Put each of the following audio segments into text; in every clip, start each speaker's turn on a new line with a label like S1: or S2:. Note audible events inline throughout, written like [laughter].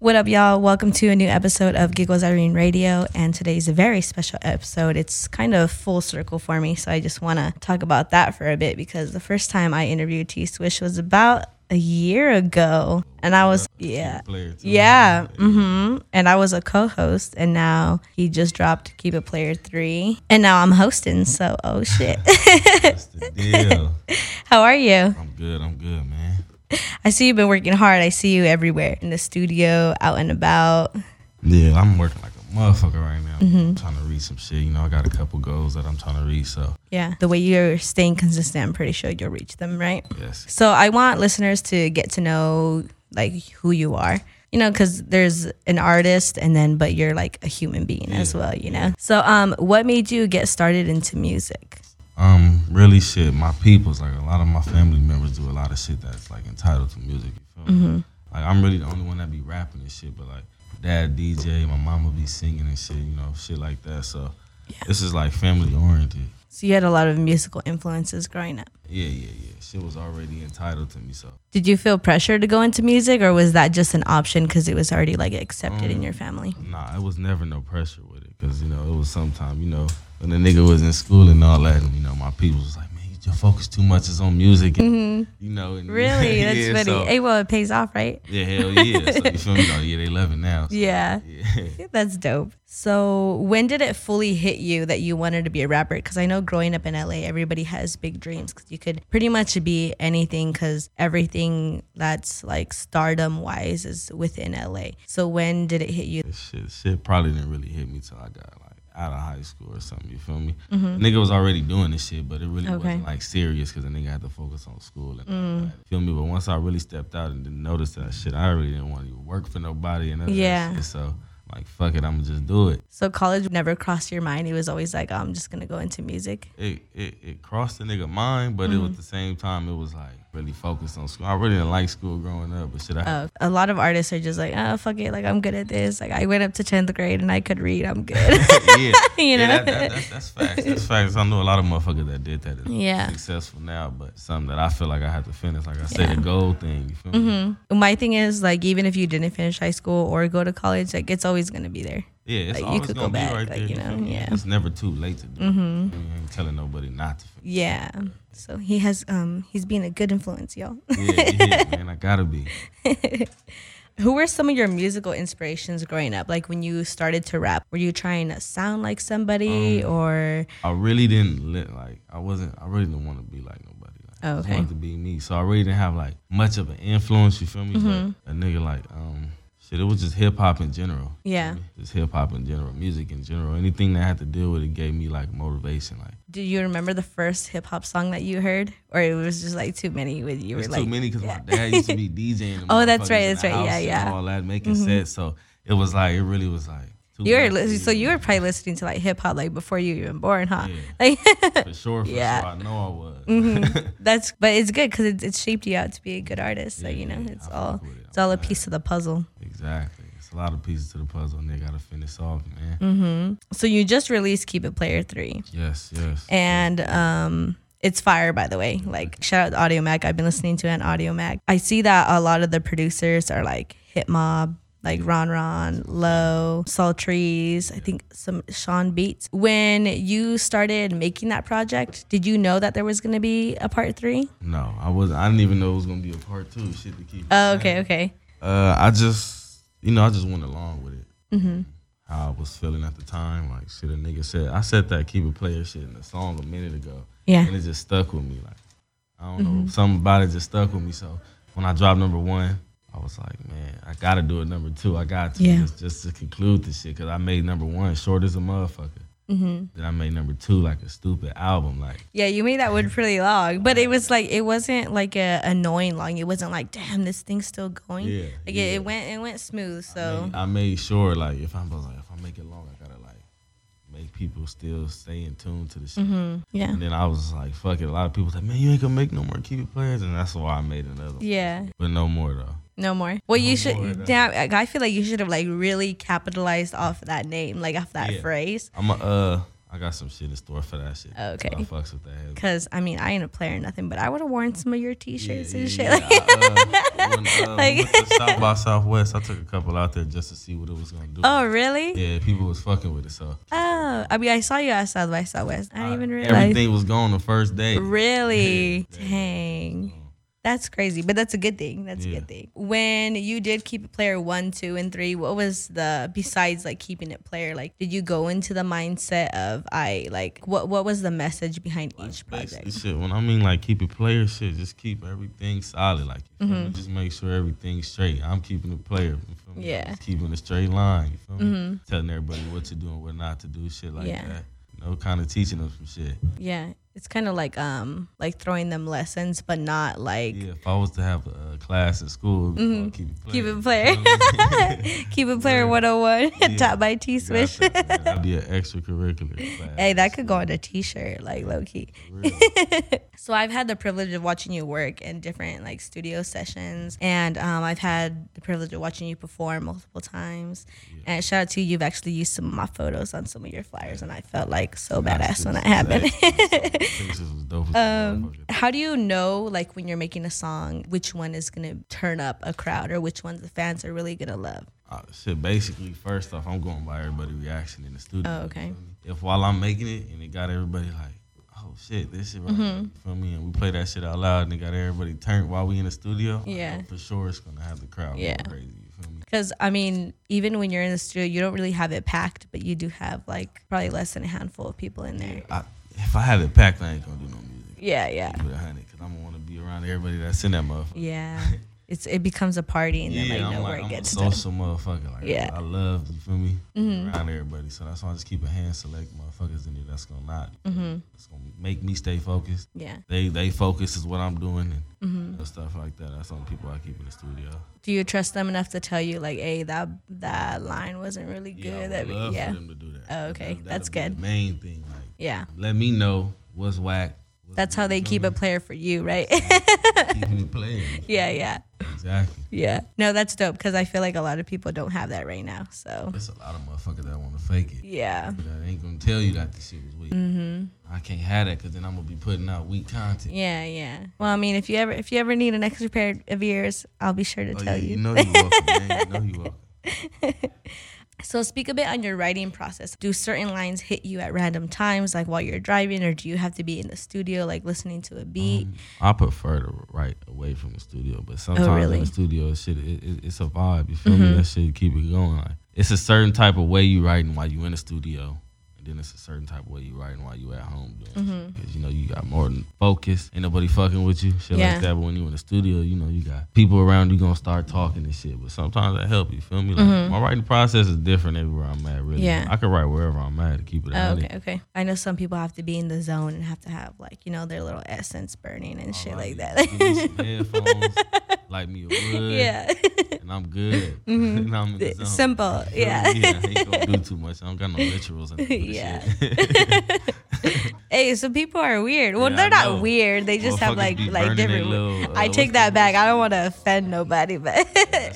S1: What up, y'all? Welcome to a new episode of Giggles Irene Radio. And today's a very special episode. It's kind of full circle for me. So I just want to talk about that for a bit because the first time I interviewed T Swish was about a year ago. And I was, yeah.
S2: player too.
S1: Yeah. Mm-hmm. And I was a co host. And now he just dropped Keep It Player 3. And now I'm hosting. So, oh shit. [laughs]
S2: That's the deal.
S1: How are you?
S2: I'm good. I'm good, man.
S1: I see you've been working hard. I see you everywhere in the studio, out and about.
S2: Yeah, I'm working like a motherfucker right now. I'm trying to read some shit. You know, I got a couple goals that I'm trying to read. So
S1: Yeah. The way you're staying consistent, I'm pretty sure you'll reach them, right?
S2: yes,
S1: So I want listeners to get to know like who you are. You know, because there's an artist and then, but you're like a human being as well, you know? So, um, what made you get started into music?
S2: um, really shit. My people's like a lot of my family members do a lot of shit that's like entitled to music. You feel me? Like I'm really the only one that be rapping and shit, but like dad DJ, my mama be singing and shit. You know, shit like that. So this is like family oriented.
S1: So, you had a lot of musical influences growing up.
S2: Yeah, yeah, yeah. Shit was already entitled to me. So
S1: Did you feel pressure to go into music or was that just an option because it was already like accepted
S2: Mm.
S1: in your family?
S2: Nah, it was never no pressure with it because you know it was sometime you know when the nigga was in school and all that, and you know my people was like, man, you- your focus too much is on music, and, you know. And,
S1: Mm-hmm.
S2: [laughs]
S1: Really? That's
S2: yeah,
S1: funny.
S2: so-
S1: hey, well, it pays off, right?
S2: yeah, hell yeah. so you feel me? Like, yeah, they love it now. So,
S1: Yeah.
S2: yeah.
S1: That's dope. So, when did it fully hit you that you wanted to be a rapper? Because I know growing up in LA, everybody has big dreams because you could pretty much be anything because everything that's like stardom wise is within LA. So, when did it hit you?
S2: This shit, shit probably didn't really hit me till I got like out of high school or something. You feel me? Nigga was already doing this shit, but it really
S1: Mm-hmm. Okay. Mm.
S2: wasn't like serious because the nigga had to focus on school. And Feel me? But once I really stepped out and didn't notice that shit, I really didn't want to work for nobody and none of that
S1: Yeah.
S2: shit. So like, fuck it, I'ma just do it.
S1: So, college never crossed your mind. It was always like, oh, I'm just going to go into music.
S2: It it, it crossed the nigga mind, but it was at
S1: Mm-hmm.
S2: the same time it was like really focused on school. I really didn't like school growing up, but shit, I
S1: Uh, a lot of artists are just like, oh, fuck it. Like, I'm good at this. Like, I went up to 10th grade and I could read. I'm good. [laughs]
S2: yeah,
S1: You
S2: Yeah,
S1: know?
S2: that, that, that's, that's facts. That's facts. I know a lot of motherfuckers that did that. Is
S1: Yeah.
S2: successful now, but something that I feel like I have to finish. Like I said,
S1: Yeah. Mm-hmm.
S2: the goal thing. You feel me?
S1: My thing is, like, even if you didn't finish high school or go to college, like, it's always going to be there.
S2: Yeah, it's
S1: Like, you
S2: always
S1: could go
S2: gonna be
S1: back,
S2: right
S1: like,
S2: there.
S1: you
S2: feel
S1: know,
S2: me?
S1: yeah.
S2: it's never too late to do. Mm-hmm. You ain't telling nobody not to.
S1: [laughs]
S2: Finish.
S1: Yeah. So he has um he's being a good influence, y'all. [laughs]
S2: Yeah, yeah, man, I gotta be.
S1: Who were some of your musical inspirations growing up? Like when you started to rap, were you trying to sound like somebody
S2: Um,
S1: or
S2: I really didn't li- like. I wasn't. I really didn't want to be like nobody. Like, I just
S1: oh, Okay.
S2: wanted to be me. So I really didn't have like much of an influence. You feel me?
S1: Mm-hmm.
S2: But a nigga like um shit. It was just hip hop in general. you
S1: Yeah.
S2: feel me? Just hip hop in general, music in general. Anything that I had to deal with it gave me like motivation. Like
S1: do you remember the first hip hop song that you heard or it was just like too many when you were
S2: it's
S1: like
S2: too many because my dad used
S1: [laughs]
S2: to be DJing. the
S1: Oh, that's
S2: motherfuckers
S1: right,
S2: in
S1: that's
S2: the
S1: right,
S2: house
S1: yeah,
S2: and
S1: yeah.
S2: All that making sense. So it was like it really was like. Too
S1: you were li-
S2: much to
S1: so
S2: even-
S1: you were probably listening to like hip hop like before you were even born, huh?
S2: Yeah.
S1: [laughs] Like
S2: for sure. For
S1: Yeah. Mm-hmm.
S2: sure, I know I was.
S1: that's but it's good cuz it, it shaped you out to be a good artist. So you know,
S2: yeah,
S1: it's
S2: I fuck
S1: all
S2: with it.
S1: it's all a piece of the puzzle.
S2: [laughs] exactly. It's a lot of pieces to the puzzle, and they gotta finish off, man.
S1: Mm. So you just released Keep It Player 3.
S2: Yes, yes.
S1: and um it's fire by the way like shout out to audio mac i've been listening to an audio mac i see that a lot of the producers are like hit mob like Ron Ron, Low, Saltrees, I think some Sean Beats. When you started making that project, did you know that there was gonna be a part three?
S2: No, I was. I didn't even know it was gonna be a part two. Shit to keep.
S1: Oh, okay, okay.
S2: Uh, I just, you know, I just went along with it. How I was feeling at the time, like shit. A nigga said, I said that keep it player shit in the song a minute ago,
S1: Yeah.
S2: and it just stuck with me. Like I don't know, something about it just stuck with me. So when I dropped number one, I was like, man, I gotta do it. Number two, I got to
S1: Yeah.
S2: just, just to conclude this shit because I made number one short as a motherfucker. Then I made number two like a stupid album, like.
S1: Yeah, you made that one pretty long, but it was like it wasn't like a annoying long. It wasn't like damn, this thing's still going.
S2: Yeah,
S1: like It,
S2: yeah.
S1: it went it went smooth. So
S2: made- I made sure like if I'm I was like if I make it long, I gotta like make people still stay in tune to the shit.
S1: yeah,
S2: And then I was like, fuck it. A lot of people was like, man, you ain't gonna make no more keep it players, and that's why I made another. one.
S1: yeah.
S2: But no more though.
S1: No more. Well, you should.
S2: more, no.
S1: damn, like, I feel like you should have like really capitalized off that name, like off that
S2: Yeah.
S1: phrase.
S2: I'm a uh, I got some shit in store for that shit.
S1: Okay.
S2: I fucks with that. heavy.
S1: Cause I mean, I ain't a player or nothing, but I would have worn [laughs] some of your T-shirts
S2: Yeah,
S1: and shit.
S2: yeah, yeah. I, uh,
S1: [laughs]
S2: when, uh,
S1: Like-
S2: we went to South by Southwest, I took a couple out there just to see what it was gonna do.
S1: [laughs] oh, really?
S2: Yeah, people was fucking with it. So
S1: Oh, I mean, I saw you at South by Southwest. I didn't even realize.
S2: Uh, everything was gone the first
S1: [laughs]
S2: day. Uh,
S1: Really?
S2: Yeah.
S1: Dang. That's crazy, but that's a good thing. That's a
S2: Yeah.
S1: good thing. When you did keep it player one, two, and three, what was the besides like keeping it player? Like, did you go into the mindset of I like what? What was the message behind each
S2: Basically,
S1: project?
S2: shit. When I mean like keep it player shit, just keep everything solid. Like you feel
S1: Mm-hmm.
S2: me? just make sure everything's straight. I'm keeping it player. You feel me?
S1: Yeah. Mm-hmm.
S2: Just keeping a straight line. You feel me? Telling everybody what to do and what not to do. Shit like
S1: Yeah.
S2: that. You know, kind of teaching them some shit.
S1: Yeah, it's kind of like um like throwing them lessons, but not like
S2: Yeah. If I was to have a, uh, class at school, it'd be called keep it player.
S1: Mm-hmm. keep it
S2: You
S1: player,
S2: feel me?
S1: [laughs] [laughs] keep it player one [laughs] hundred and one, taught by
S2: [laughs]
S1: T Swish.
S2: Gotcha, man. That'd be an extracurricular class.
S1: [laughs] Hey, that could go on a T-shirt, like low key. [laughs] so I've had the privilege of watching you work in different like studio sessions, and um, I've had the privilege of watching you perform multiple times. And shout out to you, you've actually used some of my photos on some of your flyers, and I felt like so badass when that happened.
S2: [laughs]
S1: Um,
S2: Pictures was dope.
S1: [laughs]
S2: as a motherfucker.
S1: How do you know, like when you're making a song, which one is gonna turn up a crowd, or which ones the fans are really gonna love?
S2: Uh, shit, basically, first off, I'm going by everybody reaction in the studio.
S1: Oh,
S2: you
S1: okay.
S2: feel me? If while I'm making it and it got everybody like, oh shit, this shit right here,"
S1: Mm-hmm.
S2: you feel me? And we play that shit out loud and it got everybody turned while we in the studio. I
S1: Yeah.
S2: know for sure, it's gonna have the crowd going
S1: Yeah.
S2: crazy. You feel me?
S1: Because I mean, even when you're in the studio, you don't really have it packed, but you do have like probably less than a handful of people in there.
S2: I, if I had it packed, I ain't gonna do no music.
S1: Yeah, yeah,
S2: Keep it a hundred, cause I'm gonna wanna be around everybody that's in that motherfucker.
S1: yeah. It's it becomes a party, and then like nowhere it
S2: I'm
S1: gets
S2: a
S1: done.
S2: social motherfucker. Like,
S1: Yeah. Mm-hmm.
S2: I love you feel me around everybody. So that's why I just keep a hand select motherfuckers in there. That's gonna not.
S1: Mm-hmm.
S2: It's gonna make me stay focused.
S1: Yeah.
S2: They they focus is what I'm doing and
S1: Mm-hmm.
S2: you know, stuff like that. That's on people I keep in the studio.
S1: Do you trust them enough to tell you like, hey, that that line wasn't really good?
S2: I would
S1: that
S2: love
S1: yeah,
S2: for them to do that.
S1: Oh, okay.
S2: that'll
S1: That's
S2: be the
S1: good.
S2: main thing. Like,
S1: yeah.
S2: let me know what's whack. what's
S1: That's how they keep a
S2: Mm-hmm.
S1: player for you, right? [laughs]
S2: keeping it playing.
S1: yeah, yeah,
S2: Exactly.
S1: yeah. No, that's dope because I feel like a lot of people don't have that right now. So
S2: There's a lot of motherfuckers that want to fake it.
S1: yeah,
S2: That ain't gonna tell you that this shit was weak.
S1: Mm-hmm.
S2: I can't have that because then I'm gonna be putting out weak content.
S1: yeah, yeah. Well, I mean, if you ever if you ever need an extra pair of ears, I'll be sure to
S2: Oh,
S1: tell
S2: yeah,
S1: you.
S2: you know you welcome, man. You
S1: [laughs]
S2: know you welcome.
S1: So speak a bit on your writing process. Do certain lines hit you at random times, like while you're driving, or do you have to be in the studio, like listening to a beat?
S2: I prefer to write away from the studio, but sometimes
S1: Oh, really? Mm-hmm.
S2: in the studio, shit, it, it, it's a vibe. You feel me? That shit keep it going. Like, it's a certain type of way you writing while you in the studio, and then it's a certain type of way you writing while you at home doing.
S1: Mm-hmm.
S2: Because you know you got more than focus. Ain't nobody fucking with you, shit
S1: Yeah.
S2: like that. But when you in the studio, you know you got people around. You gonna start talking and shit. But sometimes that help. You feel me? Like my writing process is different everywhere I'm at. Really,
S1: Mm-hmm. Yeah.
S2: I can write wherever I'm at to keep it.
S1: Oh,
S2: honest.
S1: okay, okay. I know some people have to be in the zone and have to have like you know their little essence burning and shit like that.
S2: Give me
S1: [laughs]
S2: some headphones, light me a wood,
S1: yeah,
S2: and
S1: [laughs]
S2: I'm good. [laughs] and I'm in the zone.
S1: Mm-hmm. simple.
S2: You feel me?
S1: Yeah.
S2: yeah, I ain't gonna
S1: [laughs]
S2: do too much. I don't got no rituals. and
S1: Yeah.
S2: yeah, shit.
S1: [laughs]
S2: [laughs]
S1: Hey, some people are weird. Well,
S2: Yeah, I
S1: they're
S2: know.
S1: not weird. They just have
S2: Motherfuckers
S1: like
S2: be
S1: like
S2: burning their
S1: different.
S2: little, uh,
S1: I take
S2: what's
S1: that
S2: the-
S1: back. I don't want to offend nobody, but [laughs]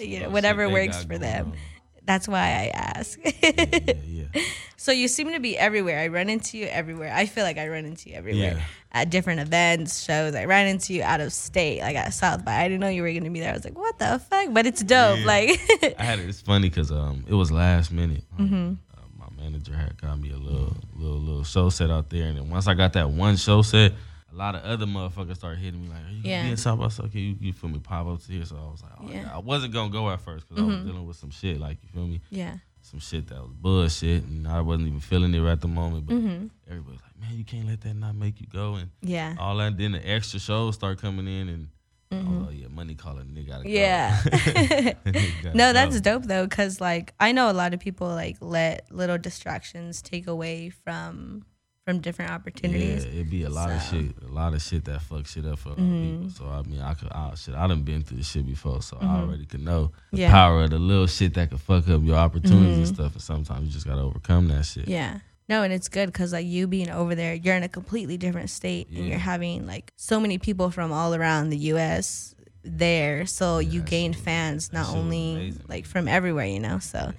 S1: you know
S2: Shit
S1: whatever
S2: they
S1: works
S2: got
S1: for
S2: going
S1: them.
S2: on.
S1: That's why I ask.
S2: Yeah, yeah.
S1: So you seem to be everywhere. I run into you everywhere. I feel like I run into you everywhere
S2: Yeah.
S1: at different events, shows. I ran into you out of state, like at South by. I didn't know you were gonna be there. I was like, what the fuck? But it's dope.
S2: Yeah.
S1: Like, [laughs]
S2: I had it. It's funny because um, it was last minute.
S1: Mm-hmm.
S2: Um, uh, my manager had got me a little, little, little show set out there, and then once I got that one show set, a lot of other motherfuckers started hitting me like, "Are you gonna
S1: Yeah.
S2: be in South by South? Can you, you feel me pop up to here?" So I was like, "Oh
S1: Yeah. Mm-hmm.
S2: yeah." I wasn't gonna go at first because I was dealing with some shit, like you feel me,
S1: yeah,
S2: some shit that was bullshit, and I wasn't even feeling it right at the moment. But
S1: Mm-hmm.
S2: everybody was like, "Man, you can't let that not make you go." And
S1: yeah,
S2: all that, then the extra shows start coming in, and I was like, "Yeah, money calling, nigga, gotta
S1: Mm-hmm.
S2: go." [laughs]
S1: yeah. [laughs]
S2: Gotta
S1: No,
S2: go.
S1: that's dope though, cause like I know a lot of people like let little distractions take away from from different opportunities.
S2: Yeah, it'd be a lot of shit, a lot of shit that fuck shit up for other
S1: Mm-hmm.
S2: people. So I mean, I could, I, shit, I done been through this shit before, so I already could know the
S1: Yeah. Mm-hmm.
S2: power of the little shit that could fuck up your opportunities and stuff. And sometimes you just gotta overcome that shit.
S1: Yeah. No, and it's good because like you being over there, you're in a completely different state, and you're having like so many people from all around the U.S. there, so you gain fans not
S2: shit was
S1: only
S2: amazing.
S1: like from everywhere, you know. So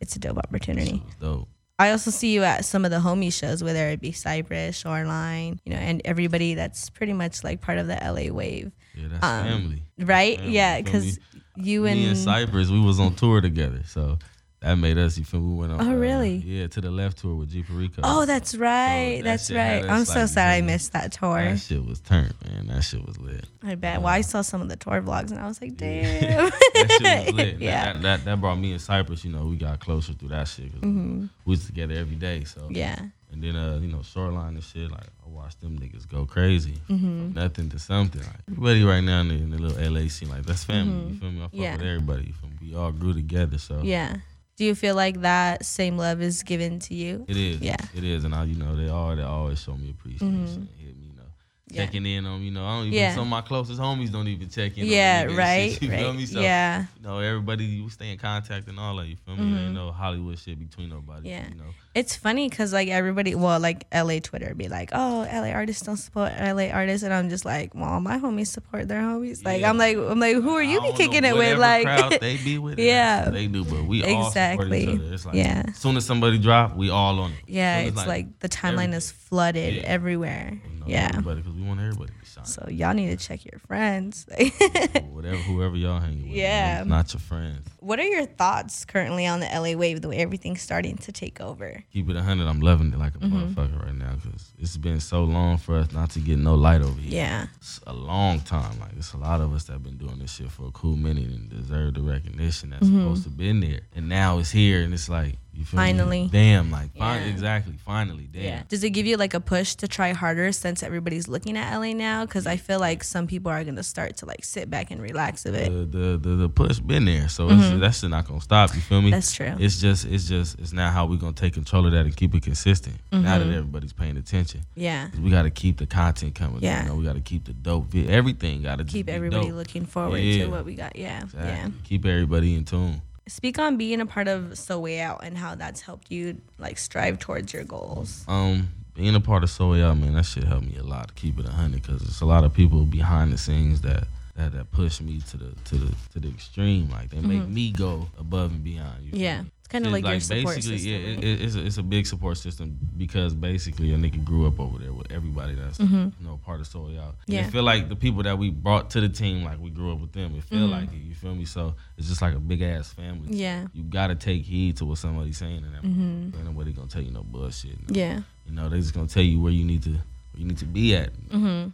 S1: it's a dope opportunity.
S2: It was dope.
S1: I also see you at some of the homie shows, whether it be Cypress, Shoreline, you know, and everybody that's pretty much like part of the LA wave,
S2: Yeah, that's
S1: Um,
S2: family.
S1: right?
S2: Family,
S1: yeah,
S2: you feel me?
S1: because you and,
S2: me and Cypress, we was on tour together, so that made us. You feel me? We went on. uh,
S1: Oh, really?
S2: Yeah, to the left tour with G Perico.
S1: oh, that's right,
S2: that
S1: that's
S2: shit had
S1: right.
S2: us,
S1: I'm so
S2: like,
S1: sad I
S2: really-
S1: missed that tour.
S2: that shit was turned, man. That shit was lit.
S1: I bet. Well, I saw some of the tour vlogs and I was like, damn.
S2: [laughs]
S1: [laughs]
S2: That shit was lit.
S1: yeah.
S2: That, that that brought me and Cypress. You know, we got closer through that shit 'cause we was together every day. So
S1: Mm-hmm. Yeah.
S2: And then uh, you know, shoreline and shit. Like I watched them niggas go crazy, from
S1: Mm-hmm.
S2: nothing to something. Like everybody right now in the, in the little LA scene, like that's family. You feel me? I fuck
S1: Mm-hmm. Yeah.
S2: with everybody. You feel me? We all grew together, so
S1: Yeah. Do you feel like that same love is given to you?
S2: It is.
S1: Yeah. Mm-hmm.
S2: It is. And I, you know, they all they always show me appreciation. Hit me, you know,
S1: Yeah.
S2: checking in on, me, you know, I don't even
S1: Yeah.
S2: some of my closest homies don't even check in.
S1: yeah,
S2: on me, nigga, and
S1: right.
S2: shit, [laughs] you
S1: right.
S2: feel me? So
S1: yeah.
S2: you know, everybody we stay in contact and all that, you feel me? There ain't no Hollywood shit between nobody.
S1: Mm-hmm. Yeah.
S2: You know.
S1: It's funny because like everybody, well, like LA Twitter be like, oh, LA artists don't support LA artists, and I'm just like, well, my homies support their homies. Like
S2: Yeah.
S1: I'm like, I'm like, who are you
S2: I
S1: be
S2: don't know,
S1: kicking it with?
S2: whatever
S1: Like,
S2: crowd they be with. that's
S1: Yeah.
S2: what They do, but we all
S1: Exactly.
S2: support each other. It's like
S1: Yeah.
S2: as soon as somebody drop, we all on it.
S1: [laughs] yeah,
S2: Soon as,
S1: it's like, the timeline is flooded
S2: Yeah.
S1: everywhere.
S2: you know,
S1: yeah.
S2: everybody, because we want everybody to shine.
S1: So y'all need to check your friends. [laughs]
S2: Whatever, whoever y'all hanging with,
S1: Yeah.
S2: man, not your friends.
S1: What are your thoughts currently on the LA wave, the way everything's starting to take over?
S2: keep it 100 i'm loving it like a
S1: Mm-hmm.
S2: motherfucker right now because it's been so long for us not to get no light over here
S1: Yeah.
S2: it's a long time like it's a lot of us that been doing this shit for a cool minute and deserve the recognition that's
S1: Mm-hmm.
S2: supposed to been there and now it's here and it's like you feel me?
S1: Finally.
S2: damn like fin-
S1: Yeah.
S2: exactly finally damn
S1: Does it give you like a push to try harder since everybody's looking at LA now? Because I feel like some people are going to start to like sit back and relax a bit.
S2: The, the the the push been there, so it's, that's just not gonna stop. You feel me?
S1: Mm-hmm. That's true.
S2: It's just it's just it's now how we gonna take control of that and keep it consistent. Now
S1: Mm-hmm.
S2: that everybody's paying attention,
S1: Yeah.
S2: 'Cause we gotta keep the content coming.
S1: Yeah.
S2: you know, we gotta keep the dope. vi- Everything gotta just
S1: Keep
S2: be
S1: everybody
S2: dope.
S1: looking forward
S2: Yeah.
S1: to what we got. Yeah. Yeah.
S2: Exactly. Keep everybody in tune.
S1: Speak on being a part of So Way Out and how that's helped you like strive towards your goals.
S2: Um, being a part of Soul Out, man, that shit helped me a lot. to Keep it a hundred, cause it's a lot of people behind the scenes that that that push me to the to the to the extreme. Like they make me go above and beyond. You feel
S1: Mm-hmm. Yeah.
S2: me?
S1: It's kind of like, your support
S2: basically,
S1: system.
S2: yeah,
S1: right?
S2: it, it, it's, a, it's a big support system because basically a nigga grew up over there with everybody that's you know part of Soul Out. And
S1: Mm-hmm. Yeah.
S2: it feel like the people that we brought to the team, like we grew up with them. It feel like it. You feel me? So it's just like a big ass family.
S1: Mm-hmm. Yeah. Mm-hmm.
S2: You gotta take heed to what somebody's saying, and that ain't nobody gonna tell you no bullshit. No.
S1: yeah.
S2: You know, they just gonna tell you where you need to where you need to be at,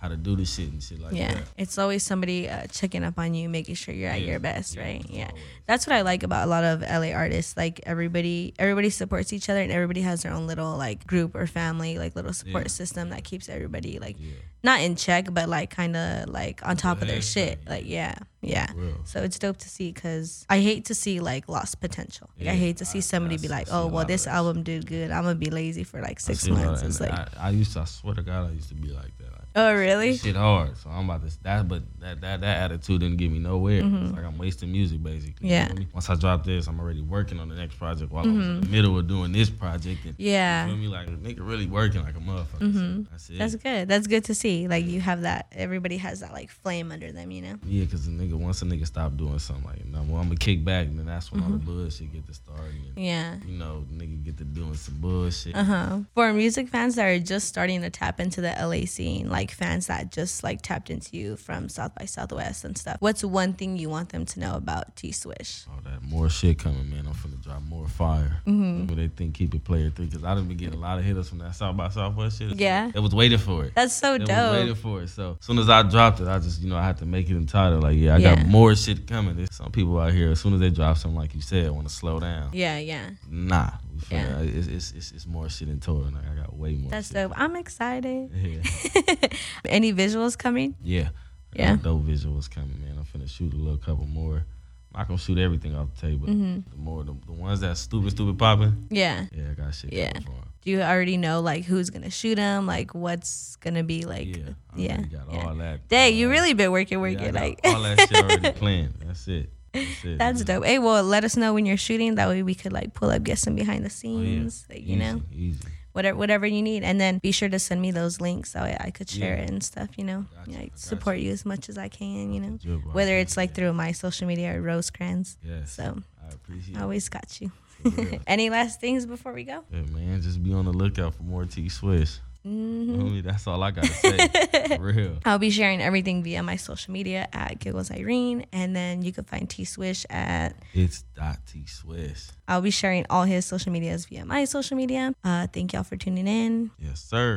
S2: how to do this shit and shit like
S1: Mm-hmm. Yeah.
S2: that.
S1: It's always somebody uh, checking up on you, making sure you're at your best,
S2: Yeah.
S1: right? Yeah.
S2: Always.
S1: That's what I like about a lot of LA artists. Like everybody everybody supports each other and everybody has their own little like group or family, like little support
S2: Yeah.
S1: system that keeps everybody like
S2: Yeah,
S1: not in check, but like kind of like on top of their
S2: ahead,
S1: shit.
S2: yeah.
S1: Like yeah. Yeah.
S2: for real.
S1: So it's dope to see because I hate to see like lost potential. Like, I
S2: Yeah,
S1: hate to see
S2: I-
S1: somebody
S2: I
S1: be
S2: s- I
S1: like,
S2: see a
S1: oh,
S2: lot
S1: well,
S2: of
S1: this
S2: that
S1: album did good. I'm gonna be lazy for like
S2: I
S1: six
S2: see a lot of-
S1: months. It's
S2: and
S1: like,
S2: I, I used to, I swear to God, I used to be like that. Like,
S1: oh, really?
S2: this shit hard, so I'm about to that. But that that, that attitude didn't get me nowhere. It's like I'm wasting music basically. You
S1: Mm-hmm. Yeah. Mm-hmm.
S2: feel me? Once I drop this, I'm already working on the next project while I'm in the middle of doing this project. And
S1: Yeah. Mm-hmm.
S2: You feel me? Like nigga really working like a motherfucker. So that's it.
S1: That's good. That's good to see. Like you have that. Everybody has that like flame under them, you know.
S2: Yeah, cause the nigga once a nigga stop doing something like, no, well, I'm gonna kick back, and then that's when
S1: Mm-hmm.
S2: all the bullshit get to starting. And,
S1: Yeah.
S2: you know, nigga get to doing some bullshit.
S1: Uh huh. For music fans that are just starting to tap into the LA scene, like fans that just like tapped into you from South by Southwest and stuff, what's one thing you want them to know about T Swish?
S2: All that more shit coming, man. I'm finna drop more fire.
S1: Mm-hmm.
S2: mm They think keep it player three, cause I done been getting a lot of hitters from that South by Southwest shit.
S1: Yeah.
S2: They was waiting for it.
S1: That's so
S2: They was waiting
S1: dope.
S2: for it. So as soon as I dropped it, I just, you know, I had to make it entitled. Like, yeah, I
S1: Yeah.
S2: got more shit coming. There's some people out here, as soon as they drop something, like you said, want to slow down.
S1: Yeah, yeah.
S2: Nah. we finna-
S1: Yeah.
S2: It's, it's, it's, it's more shit in total. Like, I got way more
S1: That's
S2: shit.
S1: dope. I'm excited.
S2: [laughs] Yeah.
S1: [laughs] Any visuals coming?
S2: Yeah. I
S1: Yeah.
S2: got Dope visuals coming, man. I'm finna shoot a little couple more. I'm not gonna shoot everything off the table.
S1: Mm-hmm.
S2: The more the, the ones that stupid, stupid popping.
S1: Yeah.
S2: Yeah, I got shit
S1: Yeah.
S2: coming for 'em.
S1: Do you already know like who's gonna shoot them? Like what's gonna be like?
S2: Yeah, I
S1: Yeah,
S2: already got
S1: yeah.
S2: all that.
S1: Dang,
S2: all
S1: you
S2: that-
S1: really been working,
S2: yeah, I
S1: working.
S2: got
S1: like
S2: all
S1: [laughs]
S2: that shit already planned. That's it. That's it.
S1: That's
S2: Just-
S1: dope. Hey, well, let us know when you're shooting. That way we could like pull up, get some behind the
S2: oh, yeah.
S1: scenes, like, you
S2: Easy,
S1: know,
S2: Easy.
S1: whatever whatever you need. And then be sure to send me those links so I, I could share
S2: Yeah.
S1: it and stuff. You know,
S2: Gotcha,
S1: like
S2: gotcha.
S1: support you as much as I can. You know,
S2: Good, bro. I
S1: whether it's like
S2: appreciate
S1: through my social media or Rose Crans.
S2: it. Yes.
S1: So
S2: I appreciate
S1: I
S2: it.
S1: always got you. [laughs]
S2: Yeah.
S1: Any last things before we go?
S2: Yeah, man, just be on the lookout for more T Swiss.
S1: Mm-hmm.
S2: Homie, that's all I
S1: [laughs]
S2: gotta say. for real.
S1: Mm, I'll be sharing everything via my social media at Giggles Irene, and then you can find T Swish at.
S2: It's dot T Swiss.
S1: I'll be sharing all his social medias via my social media. Uh, thank y'all for tuning in.
S2: Yes, sir.